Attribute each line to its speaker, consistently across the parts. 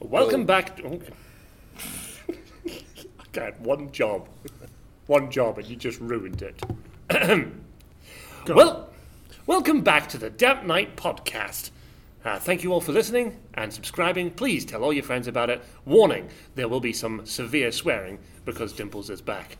Speaker 1: Welcome back. To, okay. I got one job, one job, and you just ruined it. well, welcome back to the Damp Night podcast. Uh, thank you all for listening and subscribing. Please tell all your friends about it. Warning: there will be some severe swearing because Dimples is back.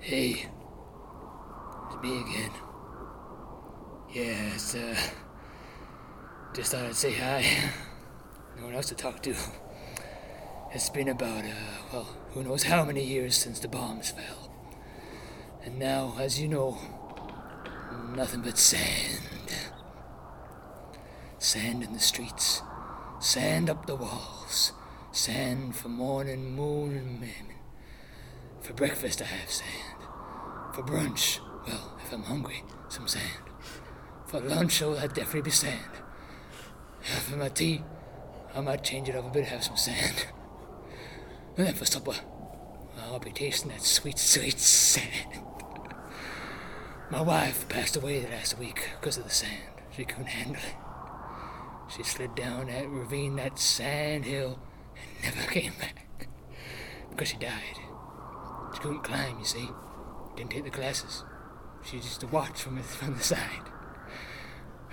Speaker 2: Hey, it's me again. Yeah, it's, uh, just thought I'd say hi. No one else to talk to. It's been about, uh, well, who knows how many years since the bombs fell. And now, as you know, nothing but sand. Sand in the streets, sand up the walls, sand for morning, moon, and mammon. For breakfast, I have sand. For brunch, well, if I'm hungry, some sand. For lunch, oh, that'd definitely be sand. And for my tea, I might change it up a bit, have some sand. And then for supper, I'll be tasting that sweet, sweet sand. My wife passed away last week because of the sand. She couldn't handle it. She slid down that ravine, that sand hill, and never came back because she died. She couldn't climb, you see. Didn't take the classes. She used to watch from the, from the side.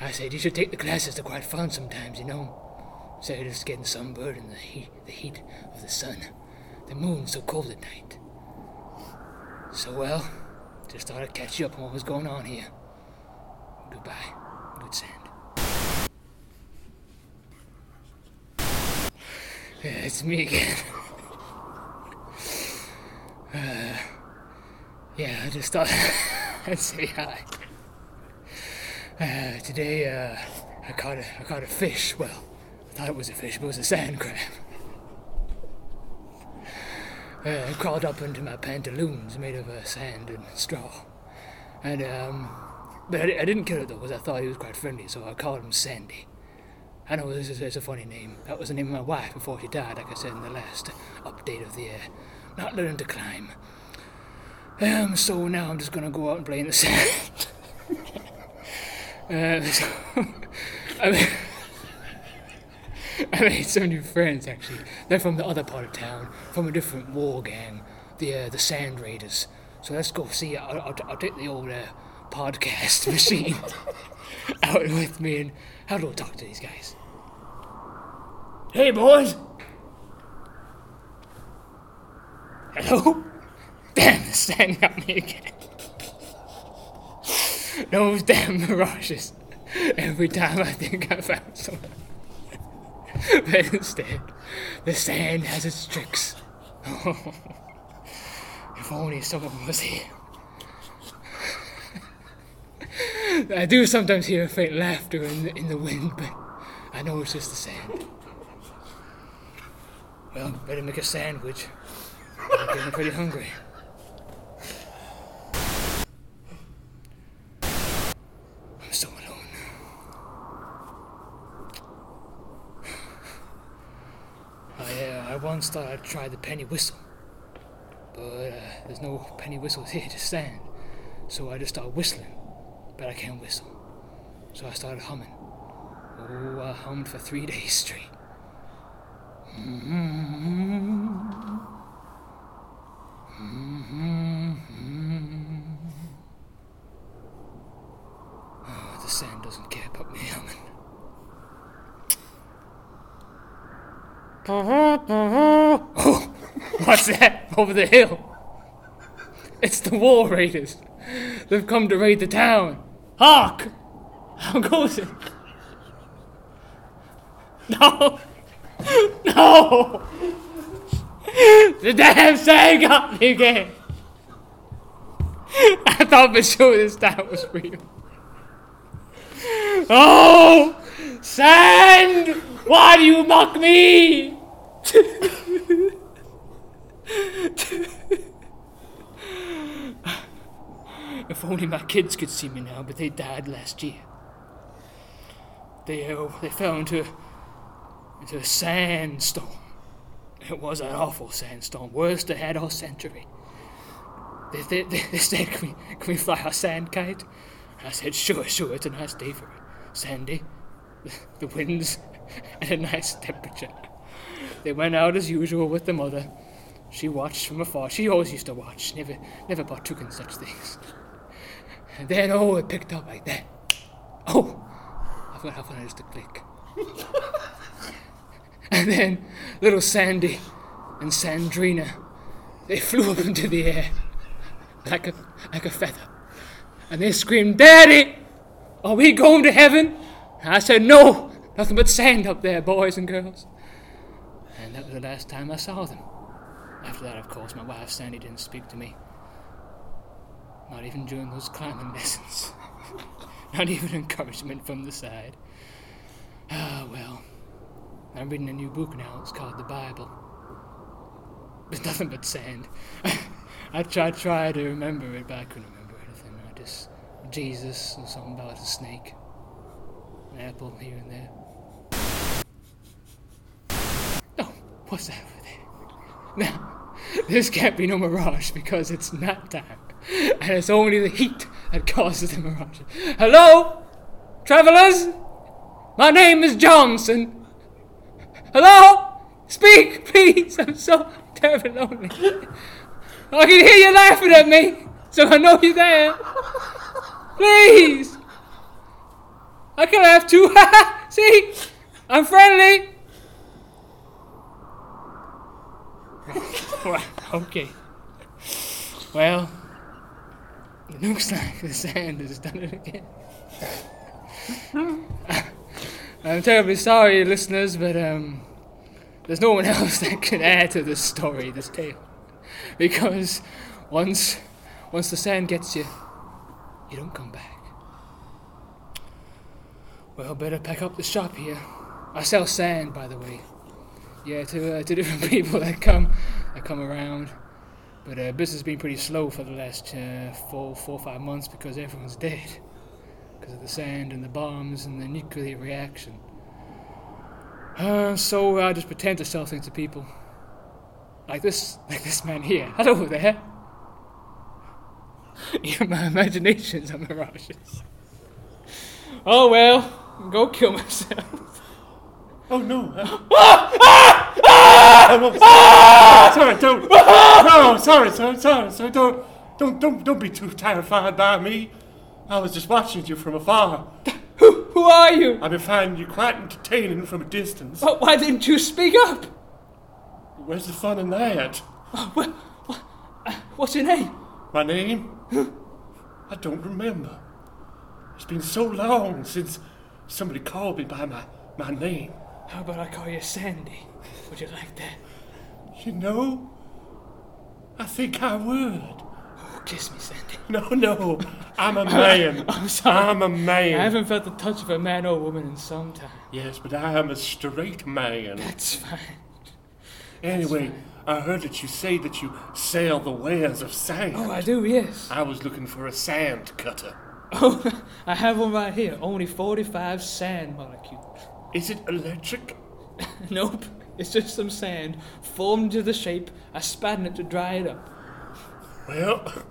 Speaker 2: I said, you should take the classes. They're quite fun sometimes, you know. So you're just getting sunburned in the heat, the heat of the sun. The moon's so cold at night. So, well, just thought I'd catch you up on what was going on here. Goodbye. Good sand. Yeah, it's me again. Yeah, I just thought I'd say hi. Uh, today, uh, I caught a I caught a fish. Well, I thought it was a fish, but it was a sand crab. Uh, it crawled up into my pantaloons, made of uh, sand and straw, and um, but I, I didn't kill it though, because I thought he was quite friendly, so I called him Sandy. I know this is it's a funny name. That was the name of my wife before she died, like I said in the last update of the uh, not learning to climb. Um, so now I'm just gonna go out and play in the sand. uh, so, I, made, I made some new friends actually. They're from the other part of town, from a different war gang, the uh, the Sand Raiders. So let's go see. I'll, I'll, I'll take the old uh, podcast machine out with me and have a little talk to these guys. Hey boys! Hello? Damn, the sand got me again. Those damn mirages. Every time I think I found someone. But instead, the sand has its tricks. if only someone was here. I do sometimes hear a faint laughter in the, in the wind, but I know it's just the sand. Well, better make a sandwich. I'm getting pretty hungry. I'm so alone. I, uh, I once thought I'd try the penny whistle, but uh, there's no penny whistles here, just sand. So I just started whistling, but I can't whistle. So I started humming. Oh, I hummed for three days straight. Mm-hmm. Oh, the sand doesn't care about me humming. Oh, what's that over the hill? It's the war raiders. They've come to raid the town. Hark! How goes it? No! No! The damn sand got me again! I thought for sure this time was real. Oh! Sand! Why do you mock me? If only my kids could see me now, but they died last year. They, uh, they fell into, into a sandstorm. It was an awful sandstorm, worst they had all century. They, they, they, they said, can we, can we fly our sand kite? I said, sure, sure, it's a nice day for it. Sandy, the winds, and a nice temperature. They went out as usual with the mother. She watched from afar. She always used to watch, never, never partook in such things. And then, oh, it picked up like that. Oh, I've got half an hour to click. and then, little Sandy and Sandrina, they flew up into the air like a, like a feather. And they screamed, Daddy, are we going to heaven? And I said, No, nothing but sand up there, boys and girls. And that was the last time I saw them. After that, of course, my wife Sandy didn't speak to me. Not even during those climbing lessons. Not even encouragement from the side. Ah, well. I'm reading a new book now. It's called The Bible. There's nothing but sand. I tried, tried to remember it, but I couldn't remember anything. I just. Jesus and something about a snake. An apple here and there. Oh, what's that over there? Now, this can't be no mirage because it's night time, and it's only the heat that causes the mirage. Hello, travelers. My name is Johnson. Hello, speak, please. I'm so terribly lonely. I can hear you laughing at me, so I know you're there. Please, I can laugh too. See, I'm friendly. Right, okay. Well, it looks like the sand has done it again. I'm terribly sorry, listeners, but um, there's no one else that can add to this story, this tale, because once, once the sand gets you, you don't come back. Well, better pack up the shop here. I sell sand, by the way. Yeah, to, uh, to different people that come that come around. But uh, business has been pretty slow for the last uh, four, four, five months because everyone's dead because of the sand and the bombs and the nuclear reaction. Uh, so I just pretend to sell things to people, like this, like this man here. Hello there. yeah, my imaginations are mirages. Oh well, go kill myself.
Speaker 1: Oh no! I'm sorry, don't. No, sorry, sorry, sorry, sorry. Don't, don't, don't, don't be too terrified by me. I was just watching you from afar.
Speaker 2: Who, who are you?
Speaker 1: I've been finding you quite entertaining from a distance.
Speaker 2: But why didn't you speak up?
Speaker 1: Where's the fun in that?
Speaker 2: What, what, uh, what's your name?
Speaker 1: My name? I don't remember. It's been so long since somebody called me by my, my name.
Speaker 2: How about I call you Sandy? Would you like that?
Speaker 1: You know, I think I would.
Speaker 2: Oh, kiss me, Sandy.
Speaker 1: No, no, I'm a man.
Speaker 2: I'm sorry.
Speaker 1: I'm a
Speaker 2: I
Speaker 1: man.
Speaker 2: haven't felt the touch of a man or woman in some time.
Speaker 1: Yes, but I am a straight man.
Speaker 2: That's fine.
Speaker 1: Anyway, I heard that you say that you sell the wares of sand.
Speaker 2: Oh, I do, yes.
Speaker 1: I was looking for a sand cutter.
Speaker 2: Oh, I have one right here. Only 45 sand molecules.
Speaker 1: Is it electric?
Speaker 2: Nope. It's just some sand formed into the shape. I spat in it to dry it up.
Speaker 1: Well,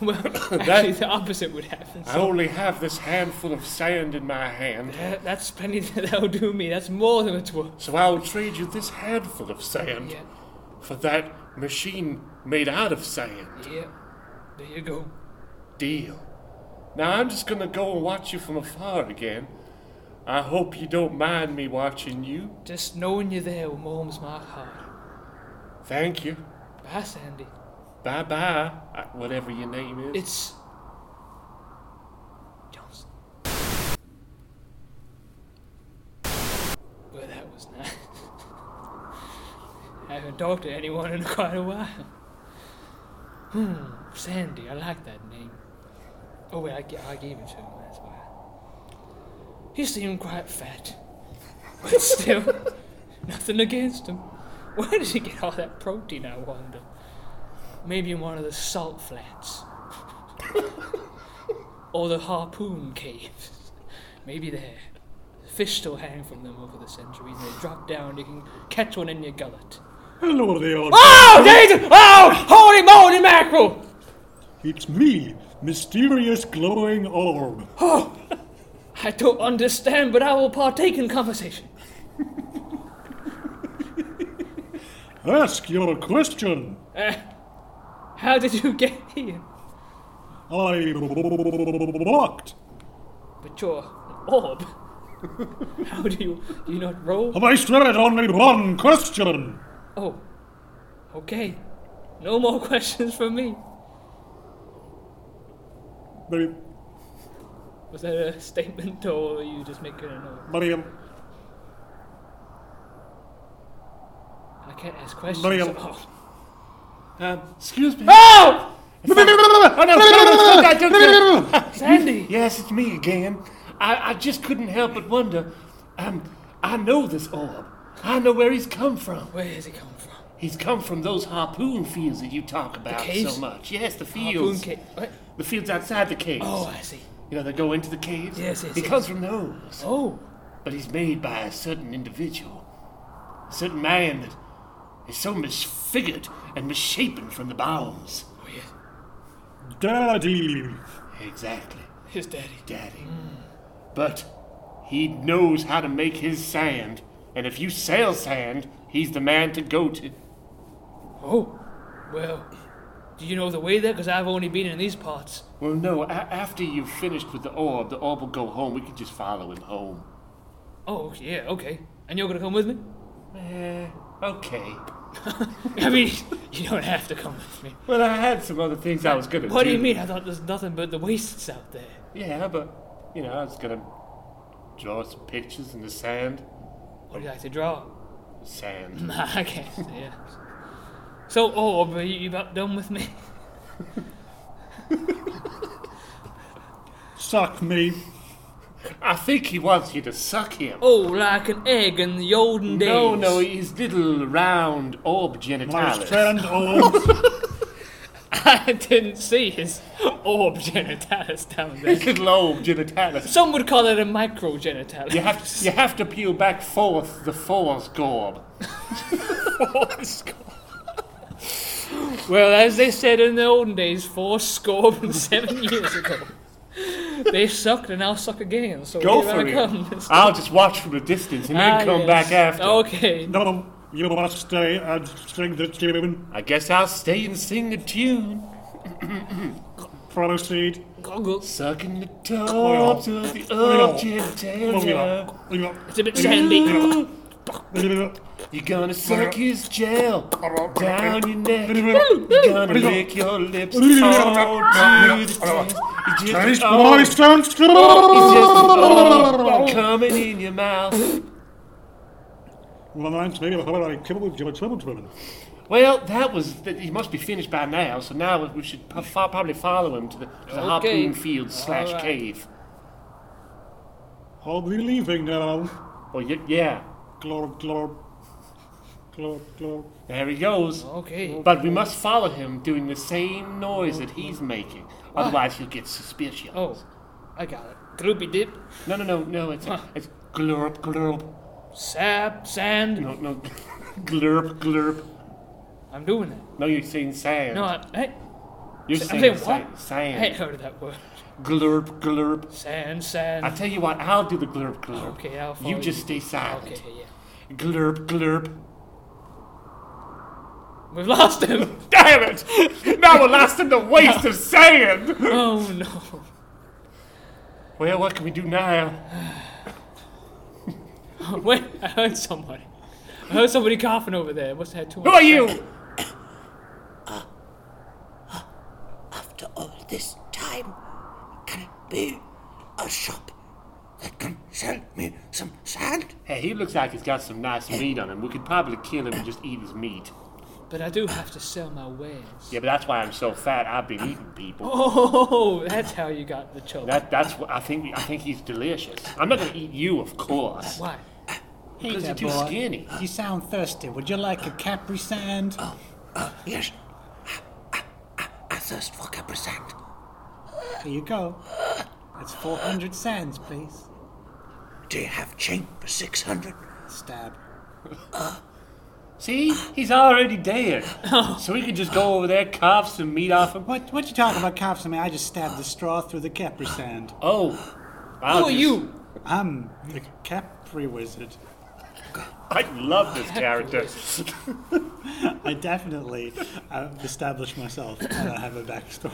Speaker 2: Well, actually, the opposite would happen.
Speaker 1: I only have this handful of sand in my hand,
Speaker 2: Uh, that's plenty. That'll do me. That's more than it's worth.
Speaker 1: so I'll trade you this handful of sand
Speaker 2: Yeah,
Speaker 1: for that machine made out of sand.
Speaker 2: yeah. There you go.
Speaker 1: Deal. Now I'm just gonna go and watch you from afar again. I hope you don't mind me watching you.
Speaker 2: Just knowing you're there warms my heart.
Speaker 1: Thank you.
Speaker 2: Bye, Sandy.
Speaker 1: Bye bye. uh, Whatever your name is.
Speaker 2: It's Johnson. Well, that was nice. I haven't talked to anyone in quite a while. Hmm, Sandy. I like that name. Oh wait, I, g- I gave it to him. That's why. He seemed quite fat, but still, nothing against him. Where did he get all that protein? I wonder. Maybe in one of the salt flats. Or the harpoon caves. Maybe there. Fish still hang from them over the centuries, and they drop down. You can catch one in your gullet.
Speaker 3: Hello there, old
Speaker 2: Oh, Jesus! Oh, holy moly mackerel!
Speaker 3: It's me, mysterious glowing orb.
Speaker 2: Oh, I don't understand, but I will partake in conversation.
Speaker 3: Ask your question.
Speaker 2: Uh, how did you get here?
Speaker 3: I blocked.
Speaker 2: But you're an orb. how do you do you not roll?
Speaker 3: Have I said only one question?
Speaker 2: Oh, okay. No more questions from me.
Speaker 3: Very-
Speaker 2: Was that a statement, or were you just making a noise?
Speaker 3: very- um,
Speaker 2: I can't ask questions.
Speaker 3: Liam.
Speaker 2: Oh.
Speaker 1: Um, excuse me.
Speaker 2: oh,
Speaker 1: Oh, no, no, no, no, no, no, no, no.
Speaker 2: Sandy.
Speaker 1: Yes, it's me again. I, I just couldn't help but wonder. Um, I know this orb. I know where he's come from.
Speaker 2: Where has he come from?
Speaker 1: He's come from those harpoon fields that you talk about
Speaker 2: caves?
Speaker 1: so much. Yes, the
Speaker 2: Harpoon
Speaker 1: fields.
Speaker 2: cave. What?
Speaker 1: The fields outside the caves.
Speaker 2: Oh, I see.
Speaker 1: You know, they go into the caves.
Speaker 2: Yes, yes,
Speaker 1: He
Speaker 2: yes.
Speaker 1: comes from those.
Speaker 2: Oh,
Speaker 1: But he's made by a certain individual. A certain man that is so misfigured and misshapen from the bowels.
Speaker 2: oh yes.
Speaker 3: Daddy.
Speaker 1: Exactly.
Speaker 2: His daddy.
Speaker 1: daddy.
Speaker 2: Hmm.
Speaker 1: But he knows how to make his sand, and if you sell sand, he's the man to go to.
Speaker 2: Oh, well. Do you know the way there? Because I've only been in these parts.
Speaker 1: Well, no, a- after you've finished with the orb, the orb will go home. We can just follow him home.
Speaker 2: Oh, yeah, okay. And you're gonna come with me?
Speaker 1: Eh, okay.
Speaker 2: I mean, you don't have to come with me.
Speaker 1: Well, I had some other things I was gonna do.
Speaker 2: What do you mean? I thought there's nothing but the wastes out there.
Speaker 1: Yeah, but, you know, I was gonna draw some pictures in the sand.
Speaker 2: What do you like to draw?
Speaker 1: Sand.
Speaker 2: I can't. Yeah. So, orb, are you about done with me?
Speaker 3: Suck me.
Speaker 1: I think he wants you to suck him.
Speaker 2: Oh, like an egg in the olden days.
Speaker 1: no, no, his little round orb
Speaker 3: My
Speaker 1: genitalis.
Speaker 3: friend orb.
Speaker 2: I didn't see his orb genitalis down there.
Speaker 1: His little orb genitalis.
Speaker 2: Some would call it a micro genitalis.
Speaker 1: You have to, you have to peel back forth the four's gob.
Speaker 2: Well, as they said in the olden days, four score and seven years ago, they sucked and now suck again. So
Speaker 1: Go
Speaker 2: here
Speaker 1: for
Speaker 2: I
Speaker 1: it.
Speaker 2: come.
Speaker 1: I'll just watch from a distance and
Speaker 2: Ah,
Speaker 1: then come
Speaker 2: yes. Oh,
Speaker 1: back after.
Speaker 2: Okay.
Speaker 3: No, you must stay and sing the tune.
Speaker 1: I guess I'll stay and sing a tune.
Speaker 3: Proceed.
Speaker 2: Goggles.
Speaker 1: Sucking the tops of the object
Speaker 2: It's a bit sandy.
Speaker 1: You're gonna suck his gel Mm. down your neck. You're gonna lick your lips all to the test. You
Speaker 3: Taste
Speaker 1: just,
Speaker 3: my
Speaker 1: oh,
Speaker 3: sense.
Speaker 1: it's just oh, coming in your mouth. Well, that was. That he must be finished by now, so now we should p- fo- probably follow him to the, to the
Speaker 2: Okay.
Speaker 1: harpoon field slash
Speaker 2: right.
Speaker 1: cave.
Speaker 3: I'll be leaving now.
Speaker 1: Well, y- yeah,
Speaker 3: Glorp, glorp. Glorp, glorp.
Speaker 1: there he goes.
Speaker 2: Okay.
Speaker 1: But we must follow him doing the same noise that he's making, otherwise he'll get suspicious.
Speaker 2: Oh, I got it. Droopy dip.
Speaker 1: No, no, no, no! It's
Speaker 2: Huh.
Speaker 1: it's glurp glurp.
Speaker 2: Sap, sand.
Speaker 1: No, no, glurp glurp.
Speaker 2: I'm doing that.
Speaker 1: No, you're saying sand.
Speaker 2: No, I, hey,
Speaker 1: you're
Speaker 2: I'm
Speaker 1: saying,
Speaker 2: saying
Speaker 1: sa-
Speaker 2: what? I
Speaker 1: sand.
Speaker 2: ain't heard of that word.
Speaker 1: Glurp glurp.
Speaker 2: Sand,
Speaker 1: I
Speaker 2: sand.
Speaker 1: tell you what, I'll do the glurp glurp.
Speaker 2: Okay, I'll follow
Speaker 1: You just stay
Speaker 2: Oh, Okay,
Speaker 1: silent.
Speaker 2: yeah.
Speaker 1: Glurp glurp.
Speaker 2: We've lost him.
Speaker 1: Damn it! Now we're lost in the waste of sand!
Speaker 2: oh no.
Speaker 1: Well, what can we do now?
Speaker 2: Wait, I heard somebody. I heard somebody coughing over there. Must have had too
Speaker 1: Who
Speaker 2: much.
Speaker 1: are you?
Speaker 4: After all this time, can it be a shop that can sell me some sand?
Speaker 1: Hey, he looks like he's got some nice meat on him. We could probably kill him and just eat his meat.
Speaker 2: But I do have to sell my wares.
Speaker 1: Yeah, but that's why I'm so fat. I've been eating people.
Speaker 2: Oh, that's how you got the choke.
Speaker 1: That, that's what I think. I think he's delicious. I'm not gonna eat you, of course,
Speaker 2: Why?
Speaker 1: because you're
Speaker 5: that
Speaker 1: too
Speaker 5: boy.
Speaker 1: skinny.
Speaker 5: You sound thirsty. Would you like a Capri Sand?
Speaker 4: Yes, I, I, I thirst for Capri Sand.
Speaker 5: Here you go. That's 400 sands, please.
Speaker 6: Do you have change for 600?
Speaker 5: Stab.
Speaker 1: See, he's already dead.
Speaker 2: Oh.
Speaker 1: So we could just go over there, carve some meat off him.
Speaker 5: What what you talking about, cops? I mean, I just stabbed the straw through the Capri sand.
Speaker 1: Oh, I'll
Speaker 2: Who are
Speaker 1: just-
Speaker 2: you?
Speaker 5: I'm the Capri wizard.
Speaker 1: I love this character.
Speaker 5: I definitely uh, established myself and I have a backstory.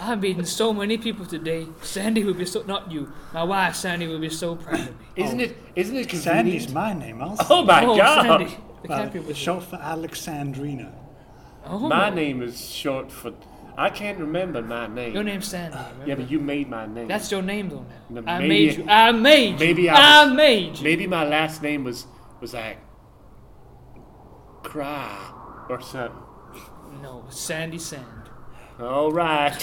Speaker 2: I've beaten so many people today. Sandy will be so not you. My wife Sandy will be so proud of me.
Speaker 1: Isn't it? Isn't it convenient?
Speaker 5: Sandy's my name also.
Speaker 1: Oh my
Speaker 2: oh,
Speaker 1: god! Uh,
Speaker 2: Sandy, the
Speaker 5: Well,
Speaker 2: Capri
Speaker 5: it's
Speaker 2: was
Speaker 5: short for Alexandrina.
Speaker 2: Oh,
Speaker 1: My name is short for. I can't remember my name.
Speaker 2: Your name's Sandy. remember?
Speaker 1: Yeah, but you made my name.
Speaker 2: That's your name though now.
Speaker 1: No,
Speaker 2: I
Speaker 1: maybe-
Speaker 2: made you. I made you.
Speaker 1: maybe I
Speaker 2: I,
Speaker 1: was-
Speaker 2: made you.
Speaker 1: Maybe my last name was was like cry or something.
Speaker 2: No, Sandy Sand.
Speaker 1: All right.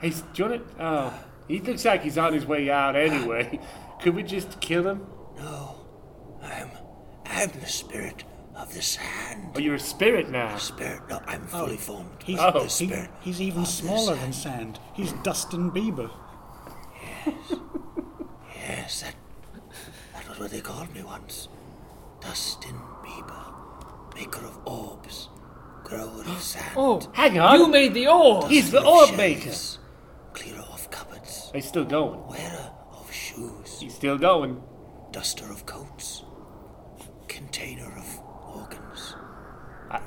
Speaker 1: Hey, s- do you want to? Oh, he looks like he's on his way out anyway. Could we just kill him?
Speaker 6: No. I'm. I'm the spirit of the sand.
Speaker 1: Oh, you're a spirit now.
Speaker 6: Spirit. No, I'm fully formed.
Speaker 5: He's,
Speaker 1: Oh.
Speaker 5: he-
Speaker 6: Spirit
Speaker 5: he's even
Speaker 6: of the
Speaker 5: smaller than sand. He's Dustin Bieber.
Speaker 6: Yes, that, that was what they called me once. Dustin Bieber, maker of orbs, grower of sand.
Speaker 2: Oh,
Speaker 1: Hang on.
Speaker 2: You made the ore.
Speaker 1: He's the
Speaker 6: of
Speaker 1: orb
Speaker 6: shells,
Speaker 1: maker.
Speaker 6: Clearer of cupboards,
Speaker 1: He's still going.
Speaker 6: wearer of shoes,
Speaker 1: He's still going.
Speaker 6: duster of coats, container of organs,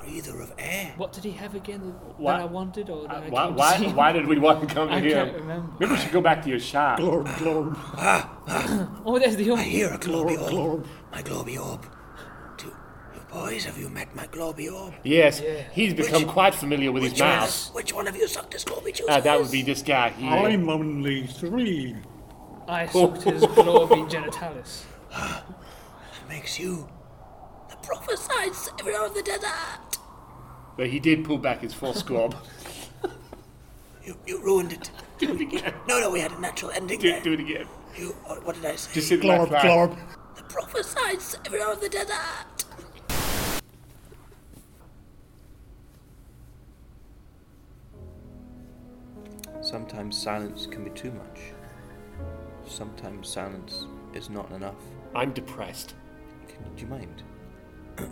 Speaker 6: breather of air.
Speaker 2: What did he have again that,
Speaker 1: Why- uh,
Speaker 2: that I wanted or that I
Speaker 1: Why,
Speaker 2: came to
Speaker 1: why,
Speaker 2: see?
Speaker 1: why did we want to come to
Speaker 2: I
Speaker 1: him?
Speaker 2: can't remember.
Speaker 1: Maybe we should go back to your shop.
Speaker 5: Glorb, glorb,
Speaker 2: Oh, there's the
Speaker 6: I
Speaker 2: ore.
Speaker 6: hear a globy
Speaker 5: glorb,
Speaker 6: orb.
Speaker 5: glorb.
Speaker 6: My globy orb. Do you boys have you met my globy orb?
Speaker 1: Yes,
Speaker 2: Yeah.
Speaker 1: he's become
Speaker 6: Which-
Speaker 1: quite familiar with his
Speaker 6: Which one,
Speaker 1: mouth.
Speaker 6: which one of you sucked this globy juice?
Speaker 1: Uh, that would be this guy here.
Speaker 5: I'm only three.
Speaker 2: I sucked his glory genitalis.
Speaker 6: makes you the prophesied savior of the desert.
Speaker 1: But he did pull back his full squab.
Speaker 6: You, you ruined it.
Speaker 1: do it again.
Speaker 6: No, no, we had a natural ending
Speaker 1: Do,
Speaker 6: there.
Speaker 1: do it again.
Speaker 6: You, what what did I say?
Speaker 1: Just sit
Speaker 5: Glorb,
Speaker 1: back.
Speaker 5: glorb.
Speaker 6: The prophesied savior of the desert.
Speaker 7: Sometimes silence can be too much. Sometimes silence is not enough.
Speaker 1: I'm depressed.
Speaker 7: Can, do you mind?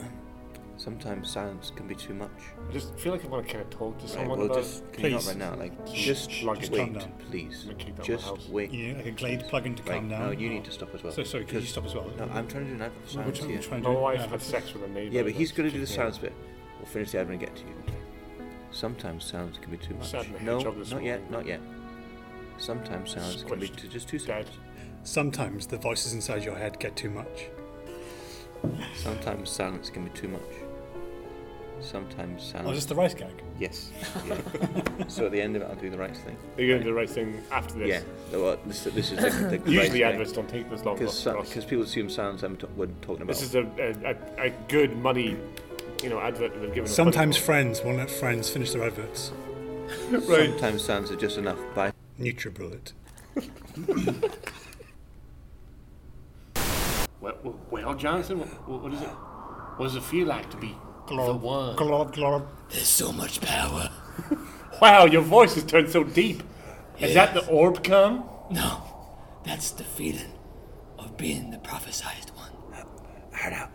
Speaker 7: Sometimes silence can be too much.
Speaker 1: I just feel like I want to kind of talk to
Speaker 7: Right,
Speaker 1: someone
Speaker 7: well,
Speaker 1: about.
Speaker 7: just can you not
Speaker 5: Please.
Speaker 7: right now. Like,
Speaker 5: Shh,
Speaker 7: just,
Speaker 5: shh,
Speaker 7: just
Speaker 5: just calm
Speaker 7: wait,
Speaker 5: down.
Speaker 7: please.
Speaker 1: I'm gonna kick that
Speaker 7: Just
Speaker 1: one out.
Speaker 7: wait.
Speaker 5: Yeah, like a glade plug-in to
Speaker 7: Right,
Speaker 5: calm down.
Speaker 7: no, you need to stop as well.
Speaker 5: So sorry, can you
Speaker 7: because-
Speaker 5: stop as well?
Speaker 7: No, I'm trying to do an ad for
Speaker 5: We're
Speaker 7: silence
Speaker 5: trying,
Speaker 7: here.
Speaker 5: we're trying to
Speaker 1: My wife
Speaker 5: no,
Speaker 1: had sex with a neighbor.
Speaker 7: Yeah, but he's going to do the
Speaker 1: Yeah.
Speaker 7: silence bit. We'll finish the ad when we get to you. Sometimes silence can be too much.
Speaker 1: Sadly,
Speaker 7: No,
Speaker 1: Hedgehog this
Speaker 7: not yet,
Speaker 1: morning.
Speaker 7: not yet. Sometimes silence can be
Speaker 1: Squished.
Speaker 7: t- just too
Speaker 1: Dead.
Speaker 7: silent.
Speaker 5: Sometimes the voices inside your head get too much.
Speaker 7: Sometimes silence can be too much. Sometimes
Speaker 5: Oh,
Speaker 7: silence.
Speaker 5: is this the rice gag?
Speaker 7: Yes. Yeah. so at the end of it, I'll do the right thing.
Speaker 1: They're going to do the right thing after this.
Speaker 7: Yeah. No, well, this, this is the, the
Speaker 1: Usually
Speaker 7: right
Speaker 1: adverts don't take this long.
Speaker 7: Because
Speaker 1: for us.
Speaker 7: people assume silence. I'm t- we're talking about.
Speaker 1: This is a, a, a, a good money, you know, advert that they've given. us.
Speaker 5: Sometimes friends won't let friends finish their adverts.
Speaker 7: Sometimes sounds are just enough. Bye.
Speaker 5: NutriBullet.
Speaker 1: Well, well, well, Jonathan, what, what is it? What does it feel like to be the one?
Speaker 5: glorb, glorb.
Speaker 6: There's so much power.
Speaker 1: Wow, your voice has turned so deep. Is that the orb come?
Speaker 6: No, that's the feeling of being the prophesied one. Arda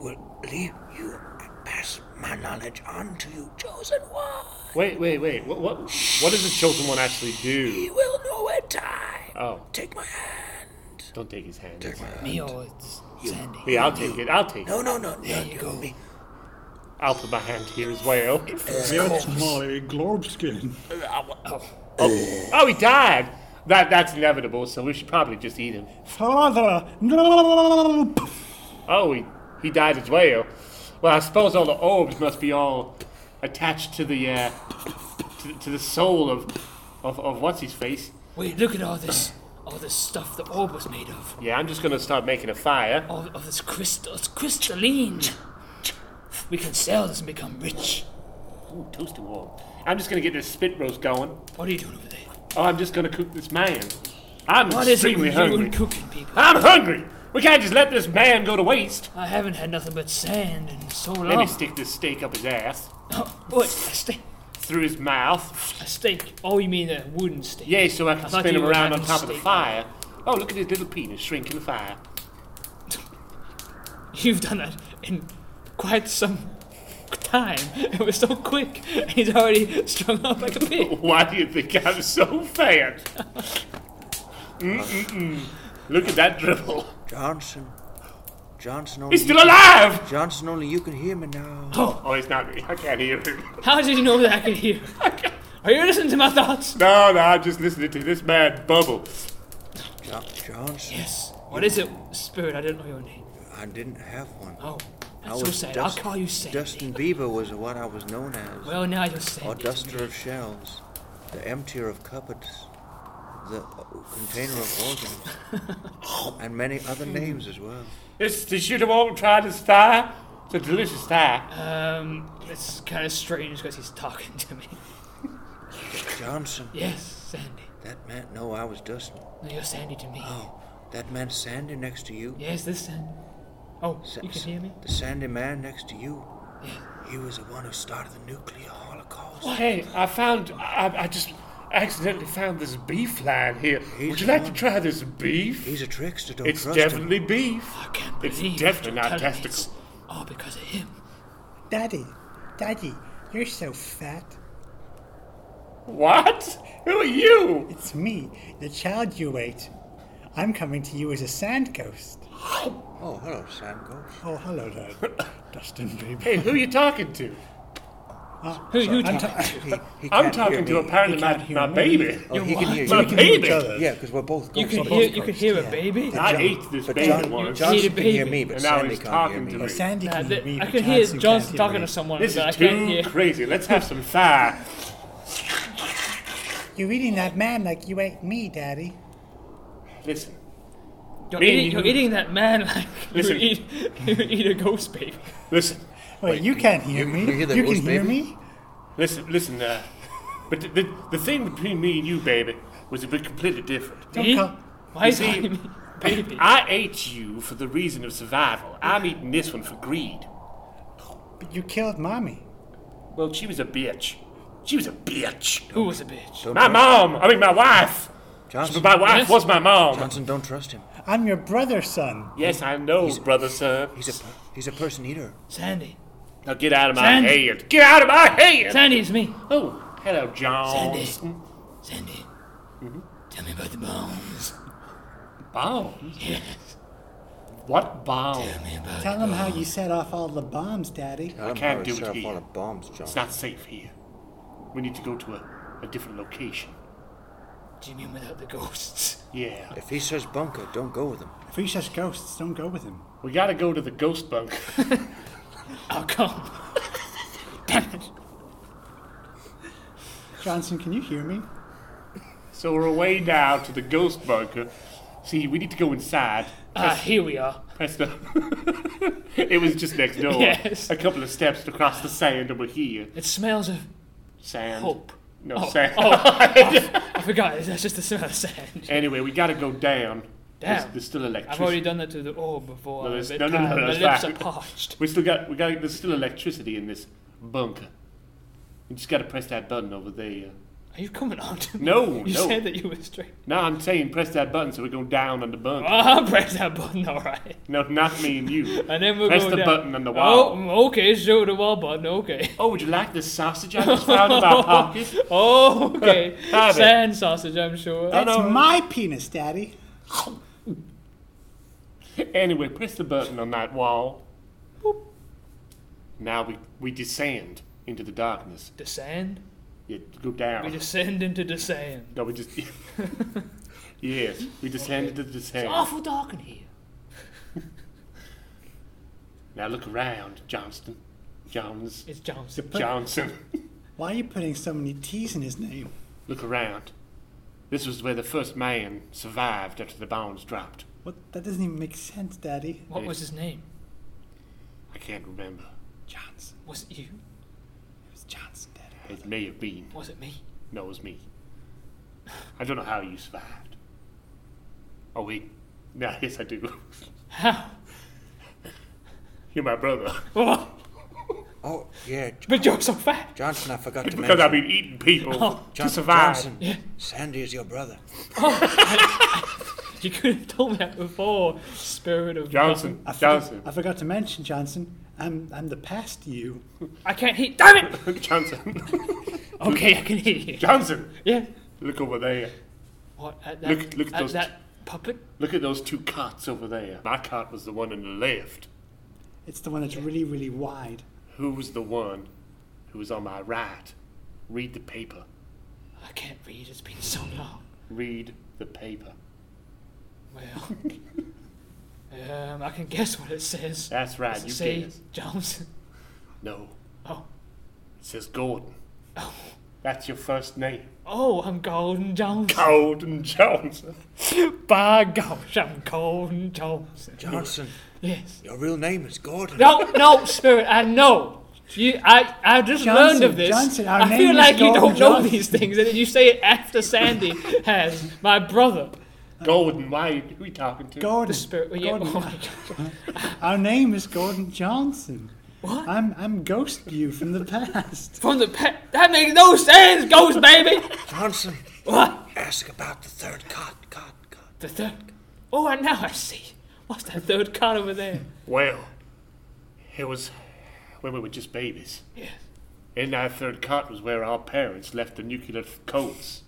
Speaker 6: will leave you and pass my knowledge on to you, chosen one.
Speaker 1: Wait, wait, wait. What, what, what does the chosen one actually do?
Speaker 6: You will know in time.
Speaker 1: Oh,
Speaker 6: Take my hand.
Speaker 1: don't take his hand.
Speaker 6: Take my hand.
Speaker 2: Me or it's Sandy.
Speaker 1: Yeah, I'll take it. I'll take it.
Speaker 6: No, no, no. There you go. Me.
Speaker 1: I'll put my hand here as well.
Speaker 5: Yes, my glorb skin.
Speaker 1: Oh, he died. That that's inevitable. So we should probably just eat him.
Speaker 5: Father, no!
Speaker 1: Oh, he he died as well. Well, I suppose all the orbs must be all attached to the uh, to, to the soul of of, of what's his face.
Speaker 2: Wait, look at all this, all this stuff the orb was made of.
Speaker 1: Yeah, I'm just gonna start making a fire.
Speaker 2: All of this crystal, it's crystalline. We can sell this and become rich.
Speaker 1: Ooh, toasty warm. I'm just gonna get this spit roast going.
Speaker 2: What are you doing over there?
Speaker 1: Oh, I'm just gonna cook this man. I'm
Speaker 2: What is it
Speaker 1: extremely
Speaker 2: with you
Speaker 1: hungry.
Speaker 2: and cooking people?
Speaker 1: I'm hungry. We can't just let this man go to waste.
Speaker 2: I haven't had nothing but sand in so
Speaker 1: Let me
Speaker 2: long.
Speaker 1: stick this steak up his ass.
Speaker 2: Oh, what? A steak?
Speaker 1: through his mouth.
Speaker 2: A stake. Oh, you mean a wooden stake?
Speaker 1: Yay, so I can
Speaker 2: I thought
Speaker 1: spin
Speaker 2: you
Speaker 1: him
Speaker 2: were
Speaker 1: around on
Speaker 2: having
Speaker 1: top of the
Speaker 2: steak.
Speaker 1: fire. Oh, look at his little penis shrink in the fire.
Speaker 2: You've done that in quite some time. It was so quick. and He's already strung up like a pig.
Speaker 1: Why do you think I'm so fat? Mm-mm-mm. Look at that dribble.
Speaker 6: Johnson. Johnson only.
Speaker 1: He's still alive!
Speaker 6: Johnson only. You can hear me now.
Speaker 1: Oh, he's not. I can't hear him.
Speaker 2: How did you know that I could hear? Are you listening to my thoughts?
Speaker 1: No, no, I'm just listening to this man bubble.
Speaker 6: Jo- Johnson.
Speaker 2: Yes. What is it, Spirit? I don't know your name.
Speaker 6: I didn't have one.
Speaker 2: Oh,
Speaker 6: I
Speaker 2: that's so
Speaker 6: was
Speaker 2: sad.
Speaker 6: Dust- Oh,
Speaker 2: I'll call you Sandy.
Speaker 6: Dustin Bieber was what I was known as.
Speaker 2: Well, now you're Sandy.
Speaker 6: or
Speaker 2: to
Speaker 6: duster
Speaker 2: me.
Speaker 6: of shells, the emptier of cupboards, the uh, container of organs, and many other names as well.
Speaker 1: It's the shoot 'em all trying to star. It's a delicious star.
Speaker 2: Um, it's kind of strange because he's talking to me.
Speaker 6: Johnson.
Speaker 2: Yes, Sandy.
Speaker 6: That meant no, I was Dustin.
Speaker 2: No, you're Sandy to me.
Speaker 6: Oh, that meant Sandy next to you.
Speaker 2: Yes, this Sandy. Oh,
Speaker 6: Sa-
Speaker 2: you can hear me?
Speaker 6: The Sandy man next to you. He was the one who started the nuclear holocaust.
Speaker 1: Hey, I found. I, I just accidentally found this beef line here. Would
Speaker 6: He's
Speaker 1: you like to
Speaker 6: fine.
Speaker 1: try this beef?
Speaker 6: He's a trickster. Don't
Speaker 1: It's
Speaker 6: trust him.
Speaker 1: definitely beef.
Speaker 2: I can't
Speaker 1: It's
Speaker 2: believe what
Speaker 1: definitely
Speaker 2: you're
Speaker 1: not
Speaker 2: telling me. It's
Speaker 1: testicle.
Speaker 2: all because of him.
Speaker 5: Daddy, Daddy, you're so fat.
Speaker 1: What? Who are you?
Speaker 5: It's me, the child you ate. I'm coming to you as a sand ghost.
Speaker 6: Oh, hello, Sam Ghost.
Speaker 5: Oh, hello there, Dustin Bieber.
Speaker 1: Hey, who are you talking to?
Speaker 2: Who are you
Speaker 5: I'm
Speaker 2: talking
Speaker 5: ta-
Speaker 2: to?
Speaker 6: He
Speaker 1: I'm
Speaker 6: can't
Speaker 1: talking
Speaker 6: hear
Speaker 1: to
Speaker 6: me.
Speaker 1: apparently
Speaker 5: He
Speaker 1: my,
Speaker 5: can't hear
Speaker 1: my
Speaker 5: me.
Speaker 1: baby.
Speaker 6: Oh, he can hear
Speaker 1: My
Speaker 6: you.
Speaker 1: baby.
Speaker 6: Yeah, because we're both
Speaker 2: You
Speaker 6: ghosts.
Speaker 2: can
Speaker 6: We're
Speaker 2: hear,
Speaker 6: both
Speaker 2: you can
Speaker 6: ghosts.
Speaker 2: hear a baby.
Speaker 1: I ate this
Speaker 6: But
Speaker 1: baby
Speaker 6: John,
Speaker 1: once.
Speaker 2: John-
Speaker 6: Johnson
Speaker 2: Need a
Speaker 6: can hear
Speaker 2: baby.
Speaker 6: me, but
Speaker 1: And now
Speaker 6: Sandy
Speaker 1: he's
Speaker 6: can't hear
Speaker 1: talking to
Speaker 6: me.
Speaker 1: me.
Speaker 5: Sandy
Speaker 2: Uh,
Speaker 5: can
Speaker 2: th-
Speaker 5: hear me.
Speaker 2: I
Speaker 5: but
Speaker 2: can hear
Speaker 5: Johnson
Speaker 2: John's
Speaker 5: can't hear
Speaker 2: talking
Speaker 5: me.
Speaker 2: to someone,
Speaker 1: This
Speaker 2: but I
Speaker 1: is
Speaker 2: can't
Speaker 1: too
Speaker 2: hear.
Speaker 1: crazy. Let's have some fire.
Speaker 5: You're eating that man like you ate me, Daddy.
Speaker 1: Listen,
Speaker 2: You're,
Speaker 1: Me and
Speaker 2: eating,
Speaker 1: you.
Speaker 2: you're eating that man like you
Speaker 1: Listen.
Speaker 2: eat, you eat a ghost baby.
Speaker 1: listen,
Speaker 5: Wait, you can't hear
Speaker 6: you-
Speaker 5: me.
Speaker 6: you hear that
Speaker 5: can
Speaker 6: ghost,
Speaker 5: hear
Speaker 6: baby?
Speaker 5: me?
Speaker 1: listen, listen. Uh, but the, the, the thing between me and you, baby, was a bit completely different.
Speaker 2: Me?
Speaker 5: call-
Speaker 2: Why is
Speaker 1: You
Speaker 2: he
Speaker 1: see-
Speaker 2: calling me baby?
Speaker 1: I ate you for the reason of survival. I'm eating this one for greed.
Speaker 5: But you killed mommy.
Speaker 1: Well, she was a bitch. She was a bitch.
Speaker 2: Who was a bitch?
Speaker 6: Don't
Speaker 1: My
Speaker 6: trust-
Speaker 1: mom. I mean, my wife. But
Speaker 6: Johnson,
Speaker 1: my wife
Speaker 2: Yes?
Speaker 1: was my mom.
Speaker 6: Johnson, don't trust him.
Speaker 5: I'm your brother's
Speaker 6: Oh
Speaker 5: son.
Speaker 1: Yes, I know, brother sir.
Speaker 6: He's a per- he's a person eater.
Speaker 2: Sandy.
Speaker 1: Now get out of my
Speaker 2: Sandy.
Speaker 1: head. Get out of my head.
Speaker 2: Sandy, it's me.
Speaker 1: Oh, hello, John.
Speaker 2: Sandy. Sandy.
Speaker 1: Mm-hmm.
Speaker 2: Tell me about the bones.
Speaker 1: Bombs.
Speaker 2: Yes.
Speaker 1: What bombs?
Speaker 2: Tell me about
Speaker 5: Tell him how you set off all the bombs, Daddy.
Speaker 6: I
Speaker 1: can't do it here.
Speaker 6: All the bombs, Johnson.
Speaker 1: It's not safe here. We need to go to a, a different location.
Speaker 2: Do you mean without the ghosts?
Speaker 1: Yeah.
Speaker 6: If he says bunker, don't go with him.
Speaker 3: If he says ghosts, don't go with him.
Speaker 1: We gotta go to the ghost bunker.
Speaker 2: I'll come. Damn it.
Speaker 3: Johnson, can you hear me?
Speaker 1: So we're away now to the ghost bunker. See, we need to go inside.
Speaker 2: Ah, here we are.
Speaker 1: Press the. it was just next door.
Speaker 2: Yes.
Speaker 1: A couple of steps across the sand, and we're here.
Speaker 2: It smells of
Speaker 1: Sand.
Speaker 2: hope.
Speaker 1: No
Speaker 2: Oh,
Speaker 1: sand.
Speaker 2: I forgot, that's just the smell of sand.
Speaker 1: anyway, we gotta go down. There's,
Speaker 2: Down?
Speaker 1: there's still electricity.
Speaker 2: I've already done that to the orb before.
Speaker 1: No,
Speaker 2: I'm a
Speaker 1: there's-
Speaker 2: bit
Speaker 1: no, no, no,
Speaker 2: tired.
Speaker 1: no,
Speaker 2: My
Speaker 1: it's
Speaker 2: lips
Speaker 1: fine.
Speaker 2: are parched.
Speaker 1: We still got. We got. There's still electricity in this bunker. You just gotta press that button over there.
Speaker 2: Are you coming on to me?
Speaker 1: No,
Speaker 2: You
Speaker 1: no.
Speaker 2: said that you were straight.
Speaker 1: No, I'm saying press that button so we go down on the bunker.
Speaker 2: I'll press that button, alright.
Speaker 1: No, not me and you.
Speaker 2: And then we'll
Speaker 1: Press
Speaker 2: go
Speaker 1: the
Speaker 2: down.
Speaker 1: button on the wall.
Speaker 2: Oh, okay, sure, the wall button, okay.
Speaker 1: Oh, would you like this sausage I just found in my pocket?
Speaker 2: Oh, okay.
Speaker 1: Have it.
Speaker 2: Sand sausage, I'm sure.
Speaker 1: No, no.
Speaker 3: It's my penis, Daddy.
Speaker 1: Anyway, press the button on that wall. Now we, we descend into the darkness.
Speaker 2: Descend?
Speaker 1: Yeah, go down.
Speaker 2: We descend into the sand.
Speaker 1: no, we just. yes, we descend into the sand.
Speaker 2: Awful dark in here.
Speaker 1: Now look around, Johnston. Johns.
Speaker 2: It's Johnson.
Speaker 1: Johnson.
Speaker 3: Why are you putting so many T's in his name?
Speaker 1: look around. This was where the first man survived after the bombs dropped.
Speaker 3: What? That doesn't even make sense, Daddy.
Speaker 2: What was his name?
Speaker 1: I can't remember.
Speaker 3: Johnson.
Speaker 2: Was it you?
Speaker 3: It was Johnson, Daddy.
Speaker 1: It may have been.
Speaker 2: Was it me?
Speaker 1: No, it was me. I don't know how you survived. Oh, wait. No, yes, I do.
Speaker 2: How?
Speaker 1: You're my brother.
Speaker 2: Oh,
Speaker 6: Oh, yeah. J-
Speaker 2: But you're so fat.
Speaker 6: Johnson, I forgot to mention.
Speaker 1: Because I've been eating people
Speaker 2: Oh,
Speaker 6: John-
Speaker 1: to survive.
Speaker 6: Johnson, Sandy is your brother.
Speaker 2: You could have told me that before, spirit of
Speaker 1: Johnson,
Speaker 5: I forgot,
Speaker 1: Johnson,
Speaker 5: I forgot to mention, Johnson, I'm, I'm the past you.
Speaker 2: I can't hear. Damn it!
Speaker 1: Johnson,
Speaker 2: Okay, I can hear you.
Speaker 1: Johnson.
Speaker 2: Yeah.
Speaker 1: Look over there.
Speaker 2: What? At that,
Speaker 1: Look- look at
Speaker 2: at
Speaker 1: those
Speaker 2: that puppet?
Speaker 1: Look at those two carts over there. My cart was the one on the left.
Speaker 5: It's the one that's really, really wide.
Speaker 1: Who was the one who was on my right? Read the paper.
Speaker 2: I can't read. It's been so long.
Speaker 1: Read the paper.
Speaker 2: Well, um, I can guess what it says.
Speaker 1: That's right.
Speaker 2: Does
Speaker 1: Ah,
Speaker 2: it
Speaker 1: You
Speaker 2: say
Speaker 1: guess.
Speaker 2: Johnson?
Speaker 1: No.
Speaker 2: Oh.
Speaker 1: It says Gordon.
Speaker 2: Oh.
Speaker 1: That's your first name.
Speaker 2: Oh, I'm Golden Jones.
Speaker 1: Gordon Johnson.
Speaker 2: By gosh, I'm Golden Jones.
Speaker 6: Johnson,
Speaker 2: Yes.
Speaker 6: your real name is Gordon.
Speaker 2: No, no, spirit. I know. You, I, I just learned
Speaker 8: Johnson,
Speaker 2: of this.
Speaker 8: Johnson, our
Speaker 2: I
Speaker 8: name
Speaker 2: feel
Speaker 8: is
Speaker 2: like you
Speaker 8: Golden
Speaker 2: don't know
Speaker 8: Johnson.
Speaker 2: these things, and then you say it after Sandy has my brother.
Speaker 1: Gordon, why? Who are we talking to?
Speaker 5: Gordon.
Speaker 2: The spirit. well, yeah,
Speaker 5: Gordon.
Speaker 8: uh,
Speaker 2: oh my God.
Speaker 5: Our name is Gordon Johnson.
Speaker 2: What?
Speaker 5: I'm, I'm Ghost You from the past.
Speaker 2: From the pet. That makes no sense, Ghost baby.
Speaker 6: Johnson,
Speaker 2: What?
Speaker 6: ask about the third cot, cot, cot.
Speaker 2: The third. Oh, and now I see. What's that third card over there?
Speaker 1: Well, it was when we were just babies.
Speaker 2: Yes.
Speaker 1: In our third cot was where our parents left the nuclear th- codes.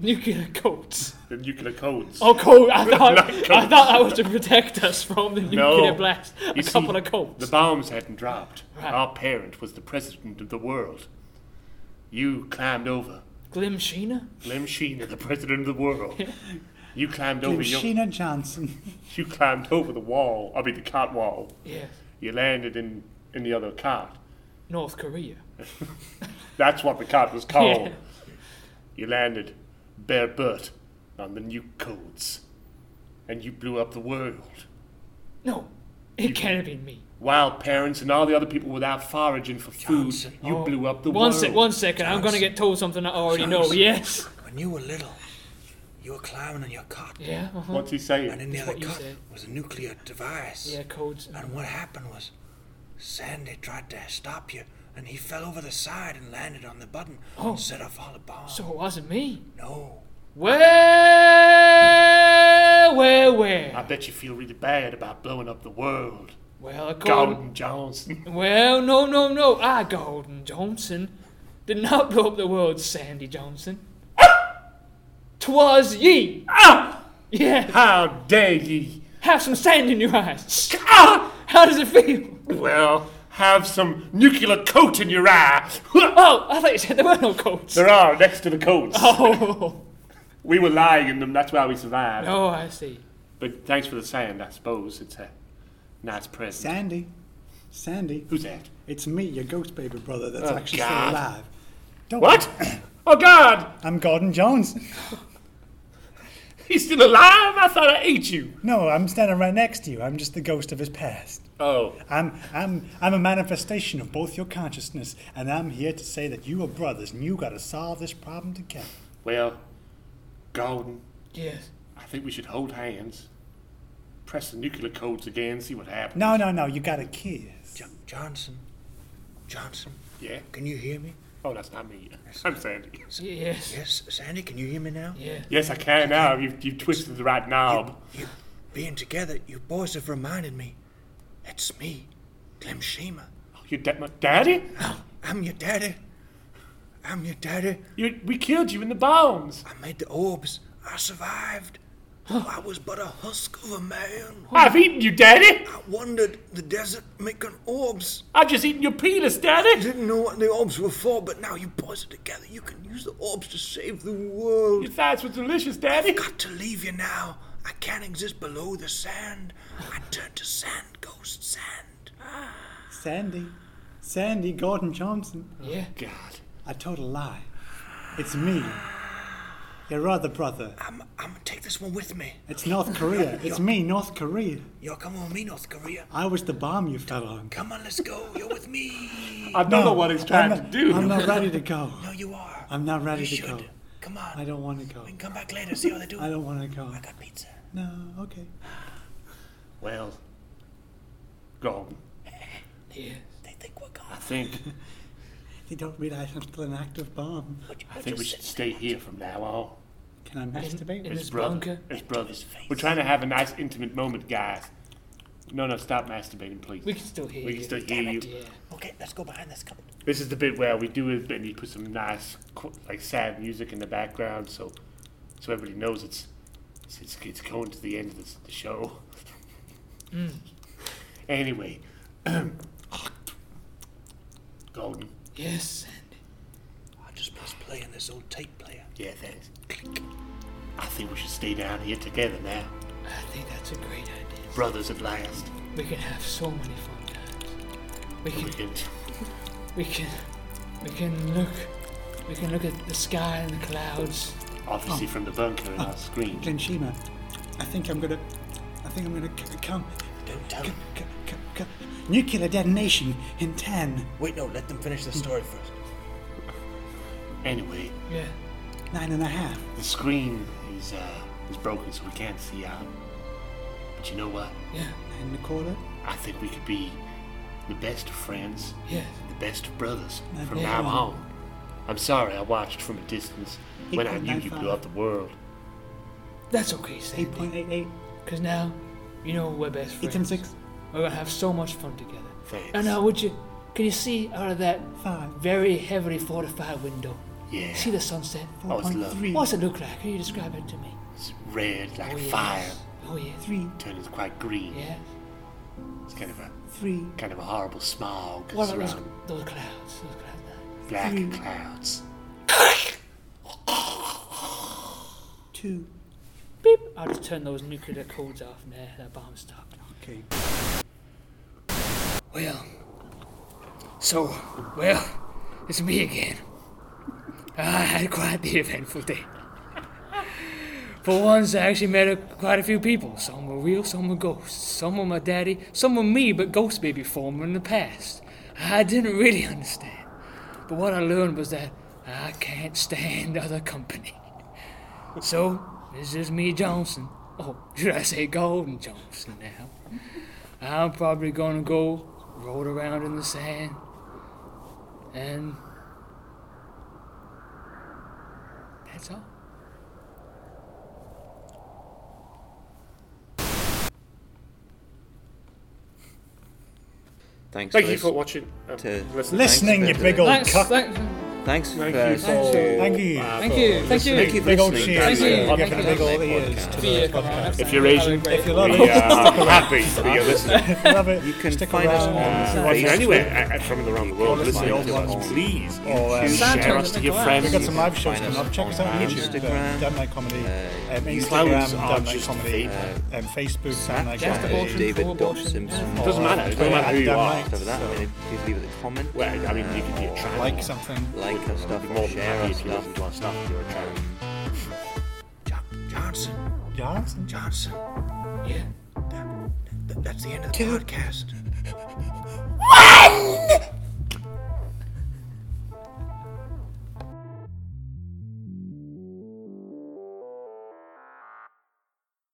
Speaker 2: Nuclear codes.
Speaker 1: The nuclear codes.
Speaker 2: Oh, code. I thought,
Speaker 1: Not
Speaker 2: I
Speaker 1: codes.
Speaker 2: thought that was to protect us from the
Speaker 1: No.
Speaker 2: nuclear blast. A
Speaker 1: You see,
Speaker 2: couple of codes.
Speaker 1: The bombs hadn't dropped.
Speaker 2: Right.
Speaker 1: Our parent was the president of the world. You climbed over.
Speaker 2: Glim Sheena?
Speaker 1: Glim Sheena, the president of the world. You climbed over your,
Speaker 5: Sheena Johnson.
Speaker 1: you climbed over the wall. I mean the cart wall.
Speaker 2: Yes.
Speaker 1: You landed in, in the other cart.
Speaker 2: North Korea.
Speaker 1: That's what the cart was called.
Speaker 2: Yeah.
Speaker 1: You landed bare butt on the nuke codes. And you blew up the world.
Speaker 2: No, it can't have been me.
Speaker 1: While parents and all the other people without foraging for food, you
Speaker 2: Oh,
Speaker 1: blew up the
Speaker 2: One
Speaker 1: world.
Speaker 2: sec, one second. I'm gonna get told something I already know.
Speaker 6: Johnson.
Speaker 2: Yes.
Speaker 6: When you were little, you were climbing on your cot,
Speaker 2: Yeah. Uh-huh.
Speaker 1: What's he saying?
Speaker 6: and in the
Speaker 2: That's
Speaker 6: other
Speaker 2: what you
Speaker 6: cot
Speaker 2: said.
Speaker 6: was a nuclear device.
Speaker 2: Yeah. Codes.
Speaker 6: And what happened was, Sandy tried to stop you, and he fell over the side and landed on the button
Speaker 2: Oh.
Speaker 6: and set off all the bombs.
Speaker 2: So it wasn't me.
Speaker 6: no,
Speaker 2: Well, well, well.
Speaker 1: I bet you feel really bad about blowing up the world.
Speaker 2: Well, according,
Speaker 1: Gordon Johnson.
Speaker 2: well, no, no, no. I, Golden Johnson, did not blow up the world, Sandy Johnson. Twas ye.
Speaker 1: Ah!
Speaker 2: Yeah.
Speaker 1: How dare ye! Ah!
Speaker 2: Have some sand in your eyes. How does it feel?
Speaker 1: Well, have some nuclear coat in your eye.
Speaker 2: Oh, I thought you said there were no codes.
Speaker 1: there are next to the coats.
Speaker 2: Oh.
Speaker 1: We were lying in them. That's why we survived.
Speaker 2: Oh, I see.
Speaker 1: But thanks for the sand, I suppose. It's a nice present.
Speaker 5: Sandy. Sandy.
Speaker 1: Who's that?
Speaker 5: It's me, your ghost baby brother, that's
Speaker 1: Oh,
Speaker 5: actually
Speaker 1: God.
Speaker 5: still alive.
Speaker 8: Don't
Speaker 1: What? Oh God!
Speaker 8: I'm Gordon Jones.
Speaker 1: He's still alive. I thought I ate you.
Speaker 8: No, I'm standing right next to you. I'm just the ghost of his past.
Speaker 1: Oh,
Speaker 8: I'm, I'm, I'm a manifestation of both your consciousness, and I'm here to say that you are brothers, and you gotta solve this problem together.
Speaker 1: well, Golden.
Speaker 2: Yes.
Speaker 1: I think we should hold hands, press the nuclear codes again, see what happens.
Speaker 8: No, no, no, you gotta kiss.
Speaker 6: Jo- Johnson, Johnson,
Speaker 1: Yeah.
Speaker 6: can you hear me?
Speaker 1: Oh, that's not me. I'm Sandy.
Speaker 2: Yes.
Speaker 6: Yes, Sandy, can you hear me now?
Speaker 2: Yeah.
Speaker 1: Yes, I can now. You you twisted the right knob.
Speaker 6: You, being together, you boys have reminded me. It's me, Clem Shima.
Speaker 1: Your da- my daddy?
Speaker 6: I'm your daddy. I'm your daddy.
Speaker 1: You, we killed you in the bombs.
Speaker 6: I made the orbs. I survived. I was but a husk of a man.
Speaker 1: I've eaten you, daddy.
Speaker 6: I wandered the desert making orbs.
Speaker 1: I've just eaten your penis, daddy.
Speaker 6: Didn't know what the orbs were for, but now you boys are together. You can use the orbs to save the
Speaker 1: Your
Speaker 6: world.
Speaker 1: thighs were delicious, daddy.
Speaker 6: Got to leave you now. I can't exist below the sand. I turn to sand, ghost sand.
Speaker 5: Sandy. Sandy Gordon Johnson.
Speaker 2: Yeah.
Speaker 1: God.
Speaker 5: A total lie. It's me. Your other brother.
Speaker 6: I'm, I'm gonna take this one with me.
Speaker 5: It's North Korea. It's me, North Korea.
Speaker 6: You're coming with me, North Korea.
Speaker 5: I was the bomb you fell on.
Speaker 6: Come on, let's go. You're with me.
Speaker 1: I don't know what he's trying
Speaker 5: I'm
Speaker 1: to
Speaker 5: not,
Speaker 1: do.
Speaker 5: I'm not ready to go.
Speaker 6: No, you are.
Speaker 5: I'm not ready
Speaker 6: you
Speaker 5: to go.
Speaker 6: should. Come on.
Speaker 5: I don't want to go.
Speaker 6: We can come back later. See how they do.
Speaker 5: I don't want to go.
Speaker 6: I got pizza.
Speaker 5: No, okay.
Speaker 1: Well, Golden.
Speaker 2: Yes.
Speaker 6: They think we're gone.
Speaker 1: think
Speaker 5: They don't realize I'm still an active bomb.
Speaker 1: I think we should stay here from now on.
Speaker 5: Can I masturbate?
Speaker 9: In
Speaker 1: His
Speaker 9: his
Speaker 1: brother.
Speaker 9: bunker.
Speaker 1: His brother. We're trying to have a nice intimate moment, guys. No, no, stop masturbating, please.
Speaker 9: We can still hear
Speaker 1: We
Speaker 9: you.
Speaker 1: can still hear you.
Speaker 9: Yeah.
Speaker 4: Okay, let's go behind this cupboard.
Speaker 1: This is the bit where we do it, and you put some nice, qu- like sad music in the background, so so everybody knows it's it's, it's, it's going to the end of this, the show. Mm. Anyway, Golden.
Speaker 9: Yes, Sandy.
Speaker 4: I'll just press play in this old tape player.
Speaker 1: Yeah, thanks. I think we should stay down here together now,
Speaker 9: I think that's a great idea.
Speaker 1: brothers at last.
Speaker 9: We can have so many fun times. We can,
Speaker 1: We can
Speaker 9: we can, we can look, we can look at the sky and the clouds.
Speaker 1: obviously from the bunker in our screen.
Speaker 5: Glenshima, I think I'm gonna. I think I'm gonna c- come.
Speaker 4: Don't tell
Speaker 5: C-
Speaker 4: them.
Speaker 5: c- c- c- nuclear detonation in 10,
Speaker 4: Wait, no, let them finish the story first.
Speaker 1: Anyway,
Speaker 9: Yeah.
Speaker 5: nine and a half.
Speaker 1: the screen is uh, is broken, so we can't see out. But you know what?
Speaker 9: Yeah.
Speaker 5: And Nicola,
Speaker 1: I think we could be the best of friends,
Speaker 9: Yes.
Speaker 1: the best of brothers
Speaker 5: My
Speaker 1: from
Speaker 5: bad
Speaker 1: now
Speaker 5: one.
Speaker 1: on. I'm sorry I watched from a distance when I knew you blew up the world.
Speaker 9: That's okay, Sandy.
Speaker 5: 8.88,
Speaker 9: Because now, you know we're best friends.
Speaker 5: 8.6,
Speaker 9: We're gonna have so much fun together.
Speaker 1: Thanks.
Speaker 9: And now, would you? Can you see out of that
Speaker 5: 5,
Speaker 9: very heavily fortified window?
Speaker 1: Yeah.
Speaker 9: See the sunset.
Speaker 1: Oh, it's lovely.
Speaker 5: 4.3,
Speaker 9: What's it look like? Can you describe it to me?
Speaker 1: It's red like
Speaker 9: Oh, yes.
Speaker 1: fire,
Speaker 9: Oh yes.
Speaker 5: 3,
Speaker 1: turning quite green.
Speaker 9: Yes.
Speaker 1: It's kind of a
Speaker 5: 3,
Speaker 1: kind of a horrible smog
Speaker 9: What about those,
Speaker 1: around
Speaker 9: those clouds? Those clouds there.
Speaker 1: black clouds.
Speaker 5: 2.
Speaker 9: Beep. I'll just turn those nuclear codes off and there. That bomb's stopped.
Speaker 5: Okay.
Speaker 2: Well, so, well, it's me again. I had quite the eventful day. For once, I actually met a, quite a few people. Some were real, some were ghosts. Some were my daddy, some were me, but ghost baby form in the past. I didn't really understand. But what I learned was that I can't stand other company. So, this is me, Johnson. Oh, should I say Golden Johnson now? I'm probably gonna go roll around in the sand and that's all.
Speaker 6: Thanks
Speaker 1: Thank
Speaker 6: for
Speaker 1: you for
Speaker 6: listening.
Speaker 1: watching. Um,
Speaker 6: to-
Speaker 1: listening.
Speaker 7: Listening, you
Speaker 6: Thanks,
Speaker 7: big old
Speaker 9: Thanks.
Speaker 7: cuck.
Speaker 9: Thank,
Speaker 6: Thanks for
Speaker 1: Thank
Speaker 6: uh,
Speaker 1: you so
Speaker 7: Thank you.
Speaker 9: thank you. Thank you.
Speaker 6: Thank you for
Speaker 7: Big old
Speaker 6: listening.
Speaker 9: Thank
Speaker 7: cheers.
Speaker 9: you.
Speaker 7: You're giving
Speaker 9: Thank
Speaker 7: big
Speaker 9: you.
Speaker 7: old ears
Speaker 9: Be
Speaker 7: to the
Speaker 9: a good one.
Speaker 7: podcast.
Speaker 1: If you're Asian,
Speaker 9: If you're
Speaker 1: we uh, are happy that you're listening.
Speaker 7: Love it.
Speaker 6: You can
Speaker 7: Stick
Speaker 6: find us
Speaker 7: around.
Speaker 1: Uh,
Speaker 6: on
Speaker 1: watching
Speaker 6: Facebook.
Speaker 1: anywhere uh, uh, from around the world,
Speaker 7: Well, listen,
Speaker 1: listening
Speaker 7: the old
Speaker 1: to us,
Speaker 7: ones.
Speaker 1: please.
Speaker 7: Or, um,
Speaker 1: YouTube,
Speaker 9: Santos
Speaker 1: share us to
Speaker 9: and
Speaker 1: your
Speaker 9: Nicolas.
Speaker 1: friends.
Speaker 7: We've got some live shows
Speaker 6: Find
Speaker 7: coming
Speaker 6: us
Speaker 7: up. Check us
Speaker 6: on
Speaker 7: out on YouTube.
Speaker 6: Instagram,
Speaker 7: Damn Night Comedy. um,
Speaker 6: uh,
Speaker 7: Instagram,
Speaker 1: clowns are
Speaker 7: Damn Night
Speaker 1: just
Speaker 7: Comedy.
Speaker 1: fake.
Speaker 7: um, Facebook, Damn Night
Speaker 9: Just
Speaker 7: Comedy.
Speaker 9: about-
Speaker 6: Uh,
Speaker 9: Abortion,
Speaker 6: David
Speaker 9: full
Speaker 6: Dot
Speaker 9: abortion.
Speaker 6: Simpson.
Speaker 1: It doesn't matter. It doesn't matter who you are.
Speaker 6: Stuff like Oh, that. I mean, if you could leave it a comment,
Speaker 1: Well, I mean, you could be a trans.
Speaker 7: Like something.
Speaker 6: like our stuff,
Speaker 1: I'd be more than
Speaker 6: share
Speaker 1: happy
Speaker 6: our
Speaker 1: if you
Speaker 6: stuff.
Speaker 1: listen to our stuff if you're a trans.
Speaker 4: Jo- Johnson,
Speaker 7: Yeah.
Speaker 4: Johnson,
Speaker 9: Yeah.
Speaker 4: that, that's the end of the podcast.
Speaker 10: One!